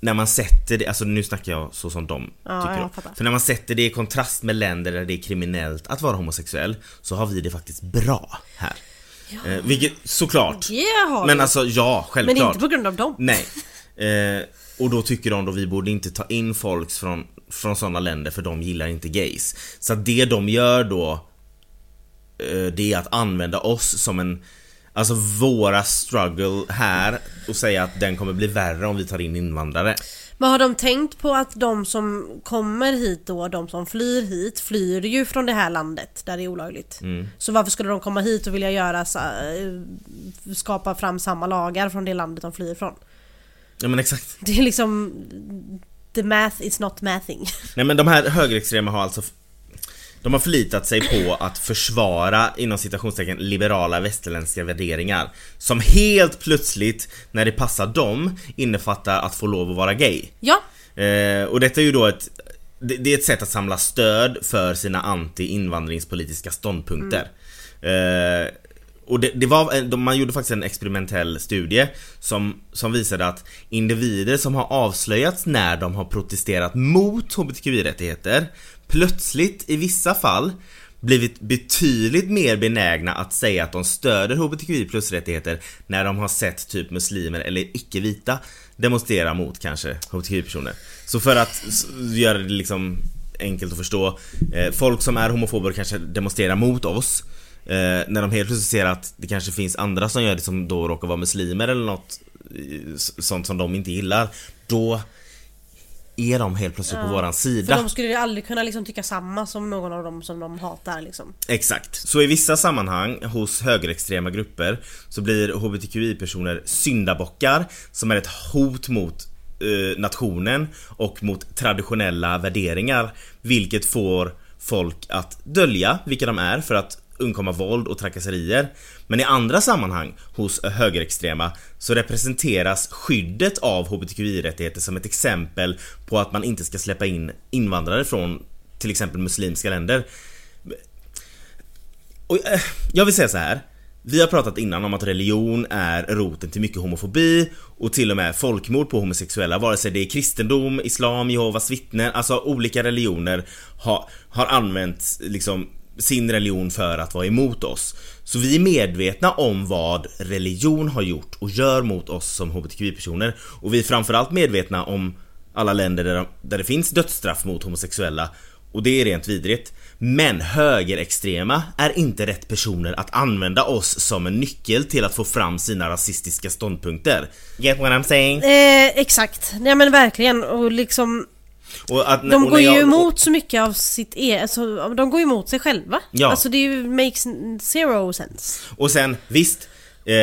[SPEAKER 2] när man sätter det, alltså nu snackar jag så som de
[SPEAKER 3] Ja,
[SPEAKER 2] tycker
[SPEAKER 3] jag
[SPEAKER 2] om.
[SPEAKER 3] fattar.
[SPEAKER 2] För när man sätter det i kontrast med länder där det är kriminellt att vara homosexuell så har vi det faktiskt bra här. Eh, vilket såklart.
[SPEAKER 3] Det har
[SPEAKER 2] Men Mm.
[SPEAKER 3] vi.
[SPEAKER 2] alltså ja,
[SPEAKER 3] men
[SPEAKER 2] självklart.
[SPEAKER 3] inte på grund av dem.
[SPEAKER 2] Nej. Eh, och då tycker de då vi borde inte ta in folk från, från sådana länder för de gillar inte gays. Så att det de gör då eh, det är att använda oss som en Alltså våra struggle här och säga att den kommer bli värre om vi tar in invandrare.
[SPEAKER 3] Men har de tänkt på att de som kommer hit då, de som flyr hit, flyr ju från det här landet där det är olagligt. Så varför skulle de komma hit och vilja göra, sa- eh, skapa fram samma lagar från det landet de flyr från?
[SPEAKER 2] Ja men exakt.
[SPEAKER 3] Det är liksom... The math is not mathing.
[SPEAKER 2] Nej men de här högerextrema har alltså De har förlitat sig på att försvara inom citationstecken liberala västerländska värderingar Som helt plötsligt när det passar dem innefattar att få lov att vara gay
[SPEAKER 3] Ja,
[SPEAKER 2] eh, Och detta är ju då ett det, det är ett sätt att samla stöd för sina anti-invandringspolitiska ståndpunkter eh, och det, det var, eh, de- man gjorde faktiskt en experimentell studie som, som visade att individer som har avslöjats när de har protesterat mot hbtqi-rättigheter plötsligt i vissa fall blivit betydligt mer benägna att säga att de stöder hbtqi plus rättigheter när de har sett typ muslimer eller icke-vita demonstrera mot kanske hbtqi-personer. Så för att s- göra det liksom enkelt att förstå, eh, folk som är homofober kanske demonstrerar mot oss Eh, när de helt plötsligt ser att det kanske finns andra som gör det som då råkar vara muslimer eller något eh, s- sånt som de inte gillar. Då är de helt plötsligt på våran
[SPEAKER 3] för
[SPEAKER 2] sida.
[SPEAKER 3] de skulle ju aldrig kunna liksom tycka samma som någon av dem som de hatar liksom.
[SPEAKER 2] Exakt. Så i vissa sammanhang hos högerextrema grupper så blir hbtqi-personer syndabockar som är ett hot mot eh, nationen och mot traditionella värderingar. Vilket får folk att dölja vilka de är för att undkomma våld och trakasserier. Men i andra sammanhang hos högerextrema så representeras skyddet av hbtqi-rättigheter som ett exempel på att man inte ska släppa in invandrare från till exempel muslimska länder. Och, eh, jag vill säga så här. Vi har pratat innan om att religion är roten till mycket homofobi och till och med folkmord på homosexuella vare sig det är kristendom, islam, Jehovas vittnen, alltså olika religioner har, har använt liksom sin religion för att vara emot oss. Så vi är medvetna om vad religion har gjort och gör mot oss som hbtqi-personer och vi är framförallt medvetna om alla länder där, de, där det finns dödsstraff mot homosexuella och det är rent vidrigt. Men högerextrema är inte rätt personer att använda oss som en nyckel till att få fram sina rasistiska ståndpunkter. Get what I'm saying?
[SPEAKER 3] Eh, exakt, nej men verkligen och liksom
[SPEAKER 2] Och att,
[SPEAKER 3] De
[SPEAKER 2] och
[SPEAKER 3] går
[SPEAKER 2] när
[SPEAKER 3] ju
[SPEAKER 2] jag-
[SPEAKER 3] emot så mycket av sitt eget, alltså, de går ju emot sig själva.
[SPEAKER 2] Ja.
[SPEAKER 3] Alltså det är ju makes zero sense.
[SPEAKER 2] Och sen, visst, eh,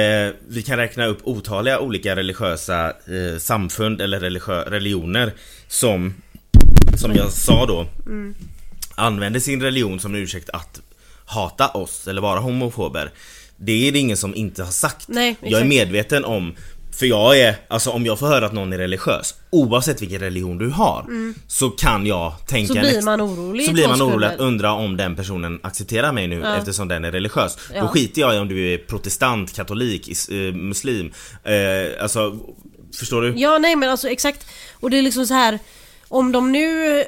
[SPEAKER 2] vi kan räkna upp otaliga olika religiösa eh, samfund eller religiö- religioner som, som jag sa då,
[SPEAKER 3] Mm.
[SPEAKER 2] använder sin religion som en ursäkt att hata oss eller vara homofober. Det är det ingen som inte har sagt.
[SPEAKER 3] Nej,
[SPEAKER 2] jag är
[SPEAKER 3] exakt.
[SPEAKER 2] medveten om för jag är, alltså om jag får höra att någon är religiös, oavsett vilken religion du har, så kan jag tänka
[SPEAKER 3] Mm. Så blir
[SPEAKER 2] next-
[SPEAKER 3] man orolig
[SPEAKER 2] Så
[SPEAKER 3] i
[SPEAKER 2] blir
[SPEAKER 3] två
[SPEAKER 2] man orolig
[SPEAKER 3] sekunder.
[SPEAKER 2] att undra om den personen accepterar mig nu eftersom den är religiös. Då
[SPEAKER 3] Ja.
[SPEAKER 2] skiter jag i om du är protestant, katolik, is, eh, muslim. Eh, alltså, förstår du?
[SPEAKER 3] Ja nej men alltså exakt. Och det är liksom så här om de nu eh,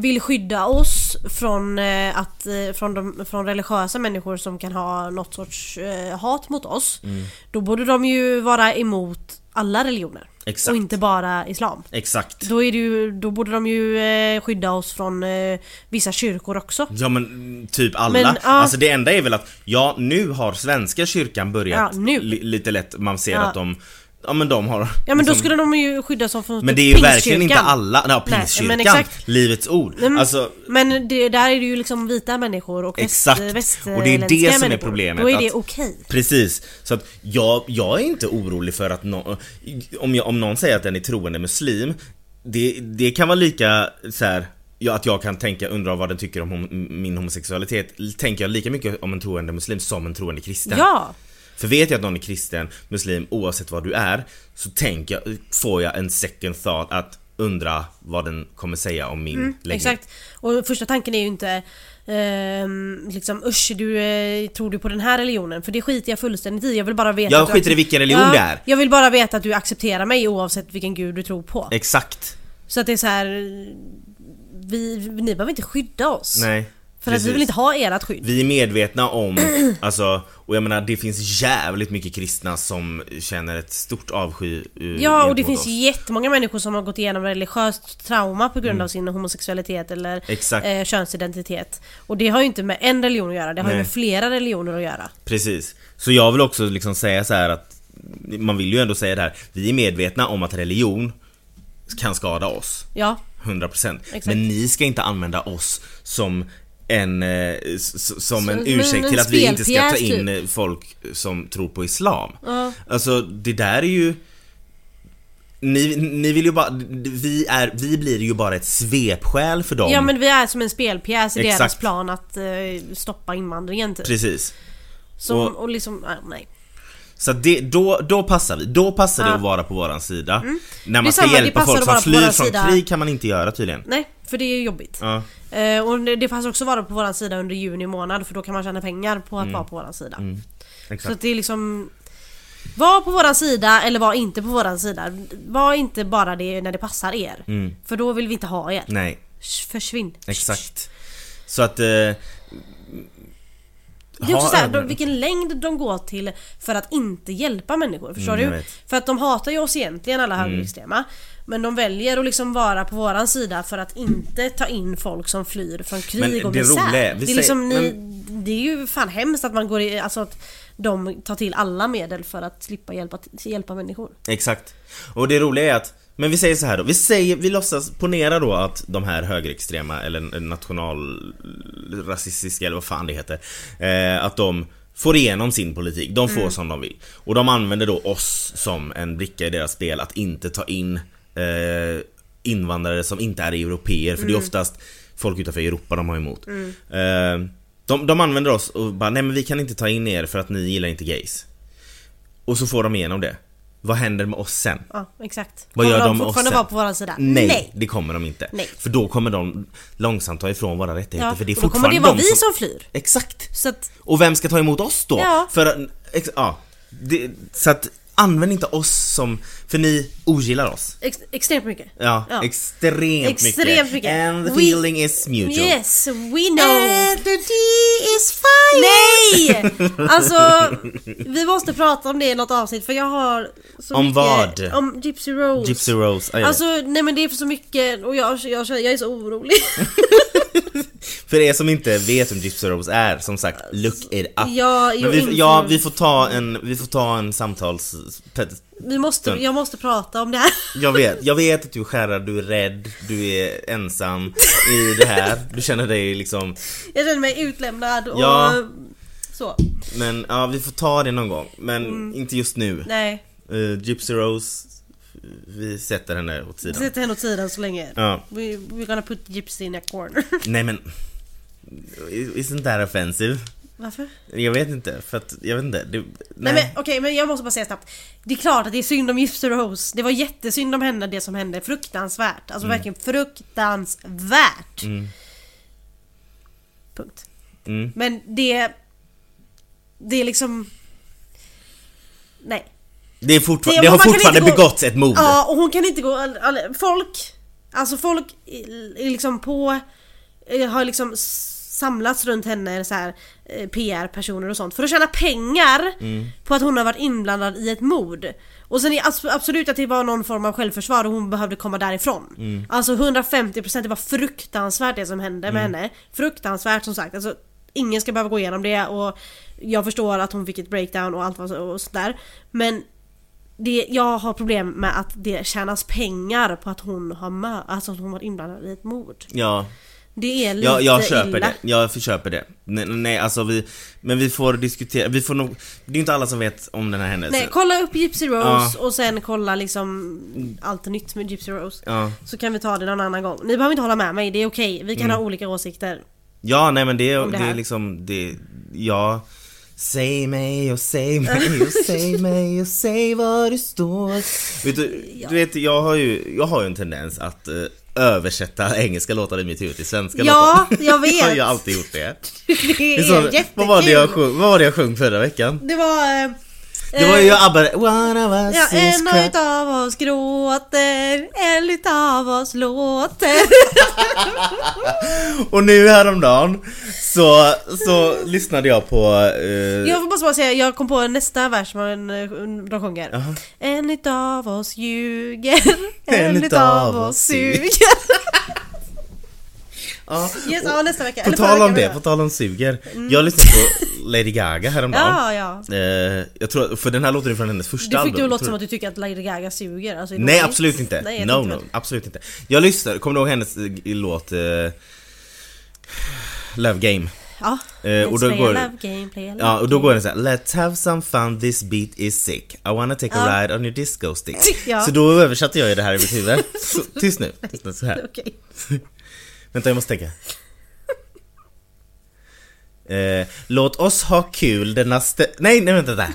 [SPEAKER 3] vill skydda oss från, eh, att, eh, från, de, från religiösa människor som kan ha något sorts eh, hat mot oss.
[SPEAKER 2] Mm.
[SPEAKER 3] Då borde de ju vara emot alla religioner.
[SPEAKER 2] Exakt.
[SPEAKER 3] Och inte bara islam.
[SPEAKER 2] Exakt.
[SPEAKER 3] Då, är det ju, då borde de ju eh, skydda oss från eh, vissa kyrkor också.
[SPEAKER 2] Ja men mm, typ alla.
[SPEAKER 3] Men, ja.
[SPEAKER 2] Alltså det enda är väl att, ja nu har svenska kyrkan börjat
[SPEAKER 3] Ja, nu.
[SPEAKER 2] li- lite lätt, man ser
[SPEAKER 3] Ja.
[SPEAKER 2] att de, ja men de har
[SPEAKER 3] Ja men då skulle de ju skyddas som från
[SPEAKER 2] Liksom- Men
[SPEAKER 3] typ
[SPEAKER 2] det är ju verkligen inte
[SPEAKER 3] pingstkyrkan.
[SPEAKER 2] alla, ja
[SPEAKER 3] Nej, men
[SPEAKER 2] pingstkyrkan,
[SPEAKER 3] exakt.
[SPEAKER 2] Livets Ord.
[SPEAKER 3] Nej, men-
[SPEAKER 2] alltså,
[SPEAKER 3] Mm. Men det, där är det ju liksom vita människor och
[SPEAKER 2] Exakt.
[SPEAKER 3] väst, västerländska
[SPEAKER 2] Och det är det som är
[SPEAKER 3] människor.
[SPEAKER 2] problemet,
[SPEAKER 3] Då är
[SPEAKER 2] att-
[SPEAKER 3] det okej.
[SPEAKER 2] Precis, så att jag, jag är inte orolig för att nå- om, jag, om någon säger att den är troende muslim Det, det kan vara lika så här. Ja, att jag kan tänka, undra vad den tycker om hom- min homosexualitet Tänker jag lika mycket om en troende muslim som en troende kristen
[SPEAKER 3] Ja!
[SPEAKER 2] För vet jag att någon är kristen, muslim, oavsett vad du är Så tänker jag, får jag en second thought att undra vad den kommer säga om min läggning
[SPEAKER 3] Mm, Exakt. Och första tanken är ju inte ehm, liksom usch, du, eh, tror du på den här religionen? För det skiter jag fullständigt i. Jag vill bara veta
[SPEAKER 2] Jag
[SPEAKER 3] att du
[SPEAKER 2] skiter i
[SPEAKER 3] accep-
[SPEAKER 2] vilken religion
[SPEAKER 3] ja,
[SPEAKER 2] det är.
[SPEAKER 3] Jag vill bara veta att du accepterar mig oavsett vilken gud du tror på.
[SPEAKER 2] Exakt,
[SPEAKER 3] Så att det är så här. Vi, ni behöver inte skydda oss.
[SPEAKER 2] nej
[SPEAKER 3] för att vi vill
[SPEAKER 2] precis.
[SPEAKER 3] inte ha ert skydd.
[SPEAKER 2] Vi är medvetna om, alltså, och jag menar det finns jävligt mycket kristna som känner ett stort avsky eh,
[SPEAKER 3] Ja och det
[SPEAKER 2] gentemot
[SPEAKER 3] finns
[SPEAKER 2] oss.
[SPEAKER 3] jättemånga människor som har gått igenom religiöst trauma på grund av sin homosexualitet eller
[SPEAKER 2] Mm. Exakt.
[SPEAKER 3] eh, könsidentitet. Och det har ju inte med en religion att göra, det har
[SPEAKER 2] Nej.
[SPEAKER 3] ju med flera religioner att göra.
[SPEAKER 2] Precis. Så jag vill också liksom säga så här att man vill ju ändå säga det här, vi är medvetna om att religion kan skada oss.
[SPEAKER 3] Ja,
[SPEAKER 2] 100%
[SPEAKER 3] Exakt.
[SPEAKER 2] Men ni ska inte använda oss som en, eh, s- s- som en
[SPEAKER 3] Som
[SPEAKER 2] ursäkt
[SPEAKER 3] en
[SPEAKER 2] till att vi inte ska ta
[SPEAKER 3] spelpjäs,
[SPEAKER 2] in
[SPEAKER 3] typ.
[SPEAKER 2] eh, folk som tror på Islam.
[SPEAKER 3] Ja.
[SPEAKER 2] Alltså det där är ju ni, ni vill ju bara, vi, är, vi blir ju bara ett svepskäl för dem.
[SPEAKER 3] ja men vi är som en spelpjäs i deras
[SPEAKER 2] Exakt.
[SPEAKER 3] plan att eh, stoppa invandringen typ.
[SPEAKER 2] Precis.
[SPEAKER 3] Som,
[SPEAKER 2] och-
[SPEAKER 3] och, liksom, ah, nej.
[SPEAKER 2] Så att det, då, då passar vi, då passar det
[SPEAKER 3] Ja. Mm.
[SPEAKER 2] att vara på våran sida. När
[SPEAKER 3] Det är
[SPEAKER 2] man ska
[SPEAKER 3] samma, det
[SPEAKER 2] hjälpa
[SPEAKER 3] passar
[SPEAKER 2] folk
[SPEAKER 3] att
[SPEAKER 2] som
[SPEAKER 3] vara på
[SPEAKER 2] flyr
[SPEAKER 3] våran
[SPEAKER 2] från
[SPEAKER 3] sida.
[SPEAKER 2] krig kan man inte göra tydligen.
[SPEAKER 3] Nej, för det är jobbigt.
[SPEAKER 2] Ja.
[SPEAKER 3] Eh, och det, det fanns också vara på våran sida under juni månad för då kan man tjäna pengar på att
[SPEAKER 2] Mm.
[SPEAKER 3] vara på våran sida. Så
[SPEAKER 2] Exakt.
[SPEAKER 3] att det är liksom Var på våran sida eller var inte på våran sida. Var inte bara det när det passar er. För då vill vi inte ha er.
[SPEAKER 2] Mm. Nej,
[SPEAKER 3] Sh, Försvinn.
[SPEAKER 2] exakt. Så att... Eh,
[SPEAKER 3] Det är också
[SPEAKER 2] Ha
[SPEAKER 3] så här,
[SPEAKER 2] ögonen.
[SPEAKER 3] de, vilken längd de går till för att inte hjälpa människor. Förstår
[SPEAKER 2] Mm, jag
[SPEAKER 3] du?
[SPEAKER 2] vet. Mm.
[SPEAKER 3] För att de hatar ju oss egentligen alla högerextrema. Men de väljer att liksom vara på våran sida för att inte ta in folk som flyr från krig
[SPEAKER 2] Men
[SPEAKER 3] och
[SPEAKER 2] det
[SPEAKER 3] misär.
[SPEAKER 2] roliga är- vi
[SPEAKER 3] det, är
[SPEAKER 2] säger-
[SPEAKER 3] liksom, ni, det är ju fan hemskt att man går i, alltså att de tar till alla medel för att slippa hjälpa, hjälpa människor.
[SPEAKER 2] Exakt. Och det roliga är att, men vi säger så här då, vi säger, vi låtsas, ponera då att de här högerextrema eller nationalrasistiska eller vad fan det heter, eh, att de får igenom sin politik, de får som de vill. Och de använder då oss som en bricka i deras spel att inte ta in eh, invandrare som inte är europeer, för det är oftast folk utanför Europa de har emot. Eh, de, de använder oss och bara, nej men vi kan inte ta in er för att ni gillar inte gays. Och så får de igenom det. Vad händer med oss sen?
[SPEAKER 3] Ja, exakt.
[SPEAKER 2] Vad
[SPEAKER 3] Kommer
[SPEAKER 2] gör de
[SPEAKER 3] de
[SPEAKER 2] med oss
[SPEAKER 3] fortfarande
[SPEAKER 2] sen?
[SPEAKER 3] vara på våran sida?
[SPEAKER 2] Nej, det kommer de inte.
[SPEAKER 3] Nej.
[SPEAKER 2] För då kommer de långsamt ta ifrån våra rättigheter.
[SPEAKER 3] Ja,
[SPEAKER 2] för det är
[SPEAKER 3] och då kommer
[SPEAKER 2] fortfarande
[SPEAKER 3] det vara
[SPEAKER 2] de
[SPEAKER 3] vi som flyr.
[SPEAKER 2] Exakt!
[SPEAKER 3] Så att,
[SPEAKER 2] Och vem ska ta emot oss då?
[SPEAKER 3] Ja.
[SPEAKER 2] För att- ex, ja. Det, så att använd inte oss som, för ni ogillar oss.
[SPEAKER 3] ex, extremt mycket.
[SPEAKER 2] Ja,
[SPEAKER 3] Ja.
[SPEAKER 2] extremt,
[SPEAKER 3] Extremt mycket.
[SPEAKER 2] And the
[SPEAKER 3] We-
[SPEAKER 2] feeling is mutual.
[SPEAKER 3] Yes, we know!
[SPEAKER 2] And the tea is fine!
[SPEAKER 3] Nej! Alltså, vi måste prata om det i något avsnitt för jag har så
[SPEAKER 2] Om
[SPEAKER 3] mycket,
[SPEAKER 2] vad?
[SPEAKER 3] Om Gypsy Rose.
[SPEAKER 2] Gypsy Rose, ja, jag vet.
[SPEAKER 3] Alltså nej men det är för så mycket och jag, jag, jag, jag är så orolig.
[SPEAKER 2] För er som inte vet vem Gypsy Rose är, som sagt, look it up.
[SPEAKER 3] Ja,
[SPEAKER 2] Men
[SPEAKER 3] jo,
[SPEAKER 2] vi,
[SPEAKER 3] inför-
[SPEAKER 2] ja, vi får ta en, vi får ta en samtals... pet-
[SPEAKER 3] Vi måste,
[SPEAKER 2] Typ.
[SPEAKER 3] jag måste prata om det här.
[SPEAKER 2] Jag vet, jag vet att du är skärrad, du är rädd, du är ensam i det här. Du känner dig liksom...
[SPEAKER 3] Jag känner mig utlämnad och
[SPEAKER 2] Ja.
[SPEAKER 3] så.
[SPEAKER 2] Men ja, vi får ta det någon gång. Men
[SPEAKER 3] Mm.
[SPEAKER 2] inte just nu.
[SPEAKER 3] Nej,
[SPEAKER 2] Eh, Gypsy Rose, vi sätter henne åt sidan.
[SPEAKER 3] sätt henne åt sidan så länge.
[SPEAKER 2] Typ. Ja.
[SPEAKER 3] We, we're gonna put gypsy in a corner.
[SPEAKER 2] Nej men... Isn't that offensive?
[SPEAKER 3] Varför?
[SPEAKER 2] Jag vet inte, för att jag vet inte. Det, nej.
[SPEAKER 3] Nej, men okej, men jag måste bara säga snabbt. Det är klart att det är synd om Gypsy Rose. Det var jättesynd om henne det som hände. Fruktansvärt. Alltså verkligen fruktansvärt. Punkt.
[SPEAKER 2] Mm.
[SPEAKER 3] Men det... Det är liksom... Nej.
[SPEAKER 2] Det, är fortfar-
[SPEAKER 3] Det-
[SPEAKER 2] det har
[SPEAKER 3] man kan
[SPEAKER 2] fortfarande
[SPEAKER 3] inte gå-
[SPEAKER 2] begåtts ett mord.
[SPEAKER 3] Ja, och hon kan inte gå... all- all- Folk... Alltså folk i- är liksom på... eh, Har liksom s- samlats runt henne så här eh, PR-personer och sånt för att tjäna pengar på att hon har varit inblandad i ett mord. Och sen är abs- absolut att det var någon form av självförsvar och hon behövde komma därifrån. Alltså 150% det var fruktansvärt det som hände med henne. Fruktansvärt som sagt. Alltså, ingen ska behöva gå igenom det och jag förstår att hon fick ett breakdown och allt vad så- och sådär. Men det, jag har problem med att det tjänas pengar på att hon har mö- alltså att hon var inblandad i ett mord.
[SPEAKER 2] Ja,
[SPEAKER 3] Det är lite
[SPEAKER 2] jag, jag köper
[SPEAKER 3] illa.
[SPEAKER 2] det. Jag förköper det. Nej, nej alltså vi... Men vi får diskutera, vi får nog... Det är inte alla som vet om den här händelsen.
[SPEAKER 3] Nej, kolla upp Gypsy Rose och sen kolla liksom allt nytt med Gypsy Rose.
[SPEAKER 2] Ja.
[SPEAKER 3] Så kan vi ta det någon annan gång. Ni behöver inte hålla med mig, det är okej. Vi kan
[SPEAKER 2] Mm.
[SPEAKER 3] ha olika åsikter.
[SPEAKER 2] Ja, nej men det, är-
[SPEAKER 3] det
[SPEAKER 2] det är
[SPEAKER 3] här.
[SPEAKER 2] liksom, det, ja. Säg mig och säg mig och säg mig och säg var du står. Vet du, du vet, jag har ju, jag har ju en tendens att eh, översätta engelska låtar i mitt huvud till svenska
[SPEAKER 3] Ja,
[SPEAKER 2] låtar.
[SPEAKER 3] jag vet.
[SPEAKER 2] jag har ju alltid gjort det.
[SPEAKER 3] Det är
[SPEAKER 2] Så,
[SPEAKER 3] jättekul!
[SPEAKER 2] vad, var det jag sjung, vad var det jag sjöng förra veckan?
[SPEAKER 3] Det var... eh,
[SPEAKER 2] Det var ju ABBA, One of us
[SPEAKER 3] Ja,
[SPEAKER 2] is
[SPEAKER 3] en
[SPEAKER 2] cracked.
[SPEAKER 3] utav oss gråter, en utav oss låter.
[SPEAKER 2] Och nu häromdagen så, så lyssnade jag på... eh,
[SPEAKER 3] Jag måste bara säga, jag kom på nästa vers som en- en- de sjunger. En utav oss ljuger, en,
[SPEAKER 2] En
[SPEAKER 3] utav
[SPEAKER 2] utav
[SPEAKER 3] oss
[SPEAKER 2] oss
[SPEAKER 3] suger.
[SPEAKER 2] ja,
[SPEAKER 3] Yes, ja, nästa vecka.
[SPEAKER 2] På
[SPEAKER 3] Eller
[SPEAKER 2] tal
[SPEAKER 3] förra
[SPEAKER 2] om det,
[SPEAKER 3] veckan
[SPEAKER 2] på
[SPEAKER 3] var
[SPEAKER 2] tal om suger. Jag lyssnade på Lady Gaga häromdagen.
[SPEAKER 3] Ja, ja.
[SPEAKER 2] Eh, jag tror, för den här låten är från hennes första
[SPEAKER 3] Du
[SPEAKER 2] album.
[SPEAKER 3] fick det att låta
[SPEAKER 2] tror
[SPEAKER 3] som
[SPEAKER 2] jag.
[SPEAKER 3] att du tycker att Lady Gaga suger. Alltså, i
[SPEAKER 2] Nej
[SPEAKER 3] dåligt.
[SPEAKER 2] absolut inte.
[SPEAKER 3] Nej, jag
[SPEAKER 2] no
[SPEAKER 3] tänkte
[SPEAKER 2] no,
[SPEAKER 3] väl.
[SPEAKER 2] absolut inte. Jag lyssnade, kommer du ihåg hennes eh, låt eh, Love Game?
[SPEAKER 3] Ja.
[SPEAKER 2] Eh, och
[SPEAKER 3] Let's
[SPEAKER 2] då
[SPEAKER 3] play
[SPEAKER 2] går-
[SPEAKER 3] a love game, play a love
[SPEAKER 2] Ja, och då
[SPEAKER 3] game.
[SPEAKER 2] går den så här: Let's have some fun, this beat is sick. I wanna take a
[SPEAKER 3] Ja.
[SPEAKER 2] ride on your disco stick.
[SPEAKER 3] Ja.
[SPEAKER 2] Så då översatte jag ju det här i mitt huvud. Så, tyst nu, tyst nu så här.
[SPEAKER 3] Okej.
[SPEAKER 2] Vänta, jag måste tänka. Eh, låt oss ha kul denna stä... Nej, nej vänta där.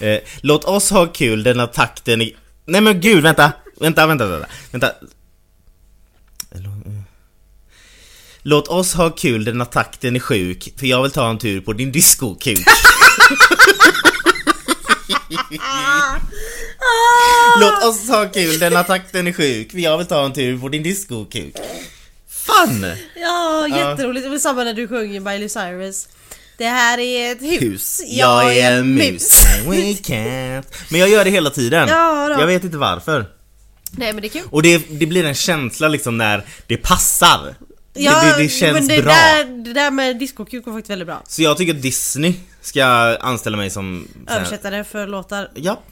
[SPEAKER 2] Eh, låt oss ha kul denna takten i... Nej men gud, vänta! Vänta, vänta, vänta. vänta. Låt oss ha kul denna takten är sjuk, för jag vill ta en tur på din discokuk. Låt oss ha kul denna takten är sjuk, för jag vill ta en tur på din discokuk. Fan!
[SPEAKER 3] Ja, jätteroligt. Det var samma när du sjöng i Miley Cyrus. Det här är ett hus.
[SPEAKER 2] hus. Jag är en mus. And we can't. Men jag gör det hela tiden.
[SPEAKER 3] Ja, då.
[SPEAKER 2] jag vet inte varför.
[SPEAKER 3] Nej men det är kul.
[SPEAKER 2] Och det, det blir en känsla liksom när det passar. det, det, det känns
[SPEAKER 3] men det
[SPEAKER 2] bra.
[SPEAKER 3] Där, det där med discokuk var faktiskt väldigt bra.
[SPEAKER 2] Så jag tycker att Disney ska anställa mig som... sån här-
[SPEAKER 3] Översättare för låtar.
[SPEAKER 2] Ja.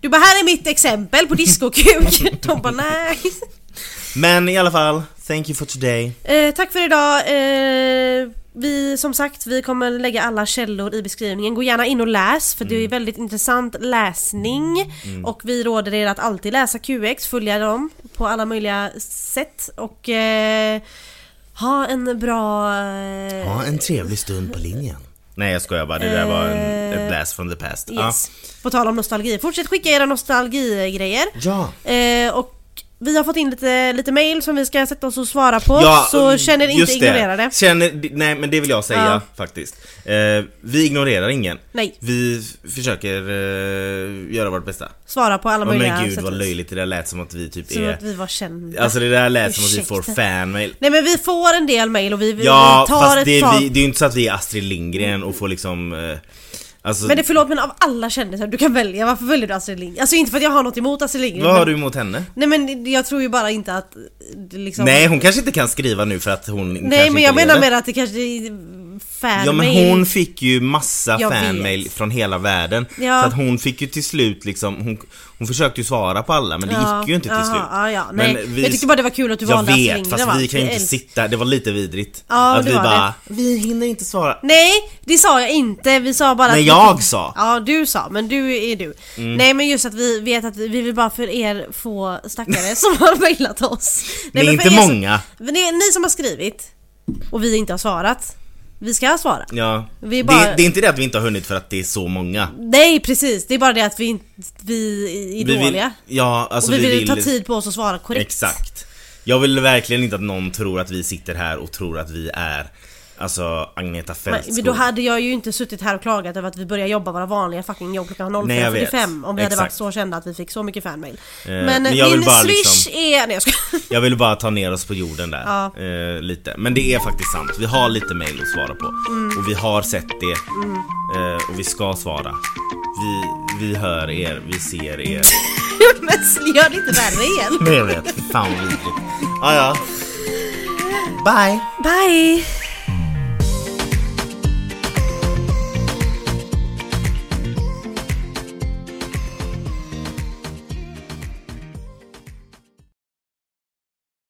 [SPEAKER 3] Du bara här är mitt exempel på discokuk. De bara nej.
[SPEAKER 2] Men i alla fall, thank you for today.
[SPEAKER 3] Eh, tack för idag. Eh, vi som sagt, vi kommer lägga alla källor i beskrivningen. Gå gärna in och läs för
[SPEAKER 2] Mm.
[SPEAKER 3] det är väldigt intressant läsning. Och vi råder er att alltid läsa QX, följa dem på alla möjliga sätt. Och eh, ha en bra... eh,
[SPEAKER 2] Ha en trevlig stund på linjen. Nej jag skojar bara, det där var en,
[SPEAKER 3] Eh,
[SPEAKER 2] ett blast from the past.
[SPEAKER 3] Yes. På tal om nostalgi, fortsätt skicka era nostalgigrejer.
[SPEAKER 2] Ja.
[SPEAKER 3] Eh, och vi har fått in lite, lite mail som vi ska sätta oss och svara på,
[SPEAKER 2] Ja, mm,
[SPEAKER 3] så känner inte
[SPEAKER 2] just
[SPEAKER 3] ignorera det.
[SPEAKER 2] Känner, nej men det vill jag säga
[SPEAKER 3] Ja.
[SPEAKER 2] faktiskt. Eh, vi ignorerar ingen.
[SPEAKER 3] Nej.
[SPEAKER 2] Vi f- försöker eh, göra vårt bästa.
[SPEAKER 3] Svara på alla
[SPEAKER 2] Men,
[SPEAKER 3] möjliga
[SPEAKER 2] gud
[SPEAKER 3] sätt.
[SPEAKER 2] vad löjligt, det där lät som att vi typ
[SPEAKER 3] Som
[SPEAKER 2] är...
[SPEAKER 3] att vi var kända.
[SPEAKER 2] Alltså det där lät som att vi får
[SPEAKER 3] Ursäkta.
[SPEAKER 2] fanmail.
[SPEAKER 3] Nej men vi får en del mail och vi, vi
[SPEAKER 2] Ja
[SPEAKER 3] tar
[SPEAKER 2] fast
[SPEAKER 3] ett
[SPEAKER 2] det är,
[SPEAKER 3] tag.
[SPEAKER 2] vi, det är ju inte så att vi är Astrid Lindgren och får liksom... Eh, Alltså,
[SPEAKER 3] Men det, förlåt men av alla kändisar du kan välja, varför väljer du Astrid Lindgren? Alltså inte för att jag har något emot Astrid Lindgren
[SPEAKER 2] vad har
[SPEAKER 3] men-
[SPEAKER 2] du emot henne?
[SPEAKER 3] Nej men jag tror ju bara inte att eh, det liksom...
[SPEAKER 2] Nej, hon kanske inte kan skriva nu för att hon
[SPEAKER 3] Nej
[SPEAKER 2] kanske
[SPEAKER 3] men
[SPEAKER 2] inte
[SPEAKER 3] jag menar
[SPEAKER 2] lever.
[SPEAKER 3] mer att det kanske är fan
[SPEAKER 2] Ja men hon fick ju massa
[SPEAKER 3] Jag vet.
[SPEAKER 2] fanmail från hela världen.
[SPEAKER 3] Ja.
[SPEAKER 2] Så att hon fick ju till slut liksom, hon, hon försökte ju svara på alla men det gick ju inte till slut.
[SPEAKER 3] Ja, ja, nej. Men jag tyckte bara det var kul att du
[SPEAKER 2] Jag
[SPEAKER 3] valde Astrid
[SPEAKER 2] vet,
[SPEAKER 3] Lindgren
[SPEAKER 2] fast
[SPEAKER 3] va?
[SPEAKER 2] vi kan ju
[SPEAKER 3] Det
[SPEAKER 2] inte
[SPEAKER 3] är-
[SPEAKER 2] sitta, det var lite vidrigt.
[SPEAKER 3] Ja,
[SPEAKER 2] att
[SPEAKER 3] det
[SPEAKER 2] vi
[SPEAKER 3] var
[SPEAKER 2] bara, vi hinner inte svara.
[SPEAKER 3] Nej, det sa jag inte. Vi sa bara
[SPEAKER 2] Men
[SPEAKER 3] att-
[SPEAKER 2] jag sa.
[SPEAKER 3] Ja, du sa, men du är du.
[SPEAKER 2] Mm.
[SPEAKER 3] Nej men just att vi vet att vi vi vill bara för er få stackare som har mejlat oss.
[SPEAKER 2] Nej,
[SPEAKER 3] men
[SPEAKER 2] inte
[SPEAKER 3] för er
[SPEAKER 2] många.
[SPEAKER 3] Som, men det är ni som har skrivit och vi inte har svarat. Vi ska svara.
[SPEAKER 2] Ja.
[SPEAKER 3] Vi bara-
[SPEAKER 2] det, det är inte det att vi inte har hunnit för att det är så många.
[SPEAKER 3] Nej precis, det är bara det att vi, inte- vi är
[SPEAKER 2] Vi vill,
[SPEAKER 3] dåliga.
[SPEAKER 2] ja, alltså
[SPEAKER 3] och vi, vill, ta tid på oss att svara korrekt.
[SPEAKER 2] Exakt. Jag vill verkligen inte att någon tror att vi sitter här och tror att vi är Alltså Agneta
[SPEAKER 3] Men,
[SPEAKER 2] Fältskog.
[SPEAKER 3] men då hade jag ju inte suttit här och klagat över att vi börjar jobba våra vanliga fucking jobb klockan
[SPEAKER 2] Nej, jag
[SPEAKER 3] 05.45
[SPEAKER 2] vet.
[SPEAKER 3] om vi hade varit
[SPEAKER 2] Exakt. Eh,
[SPEAKER 3] så kända att vi fick så mycket fanmail. men
[SPEAKER 2] men jag vill
[SPEAKER 3] min
[SPEAKER 2] bara
[SPEAKER 3] swish
[SPEAKER 2] liksom-
[SPEAKER 3] är... Nej jag skojar.
[SPEAKER 2] Jag ville bara ta ner oss på jorden där.
[SPEAKER 3] Ja.
[SPEAKER 2] Eh, lite. Men det är faktiskt sant. Vi har lite mail att svara på. Och vi har sett det. Eh, och vi ska svara. Vi, vi hör er, vi ser er.
[SPEAKER 3] men gör det inte värre igen.
[SPEAKER 2] Men jag vet, fan vad vidrigt. Ah, ja. Bye!
[SPEAKER 3] Bye!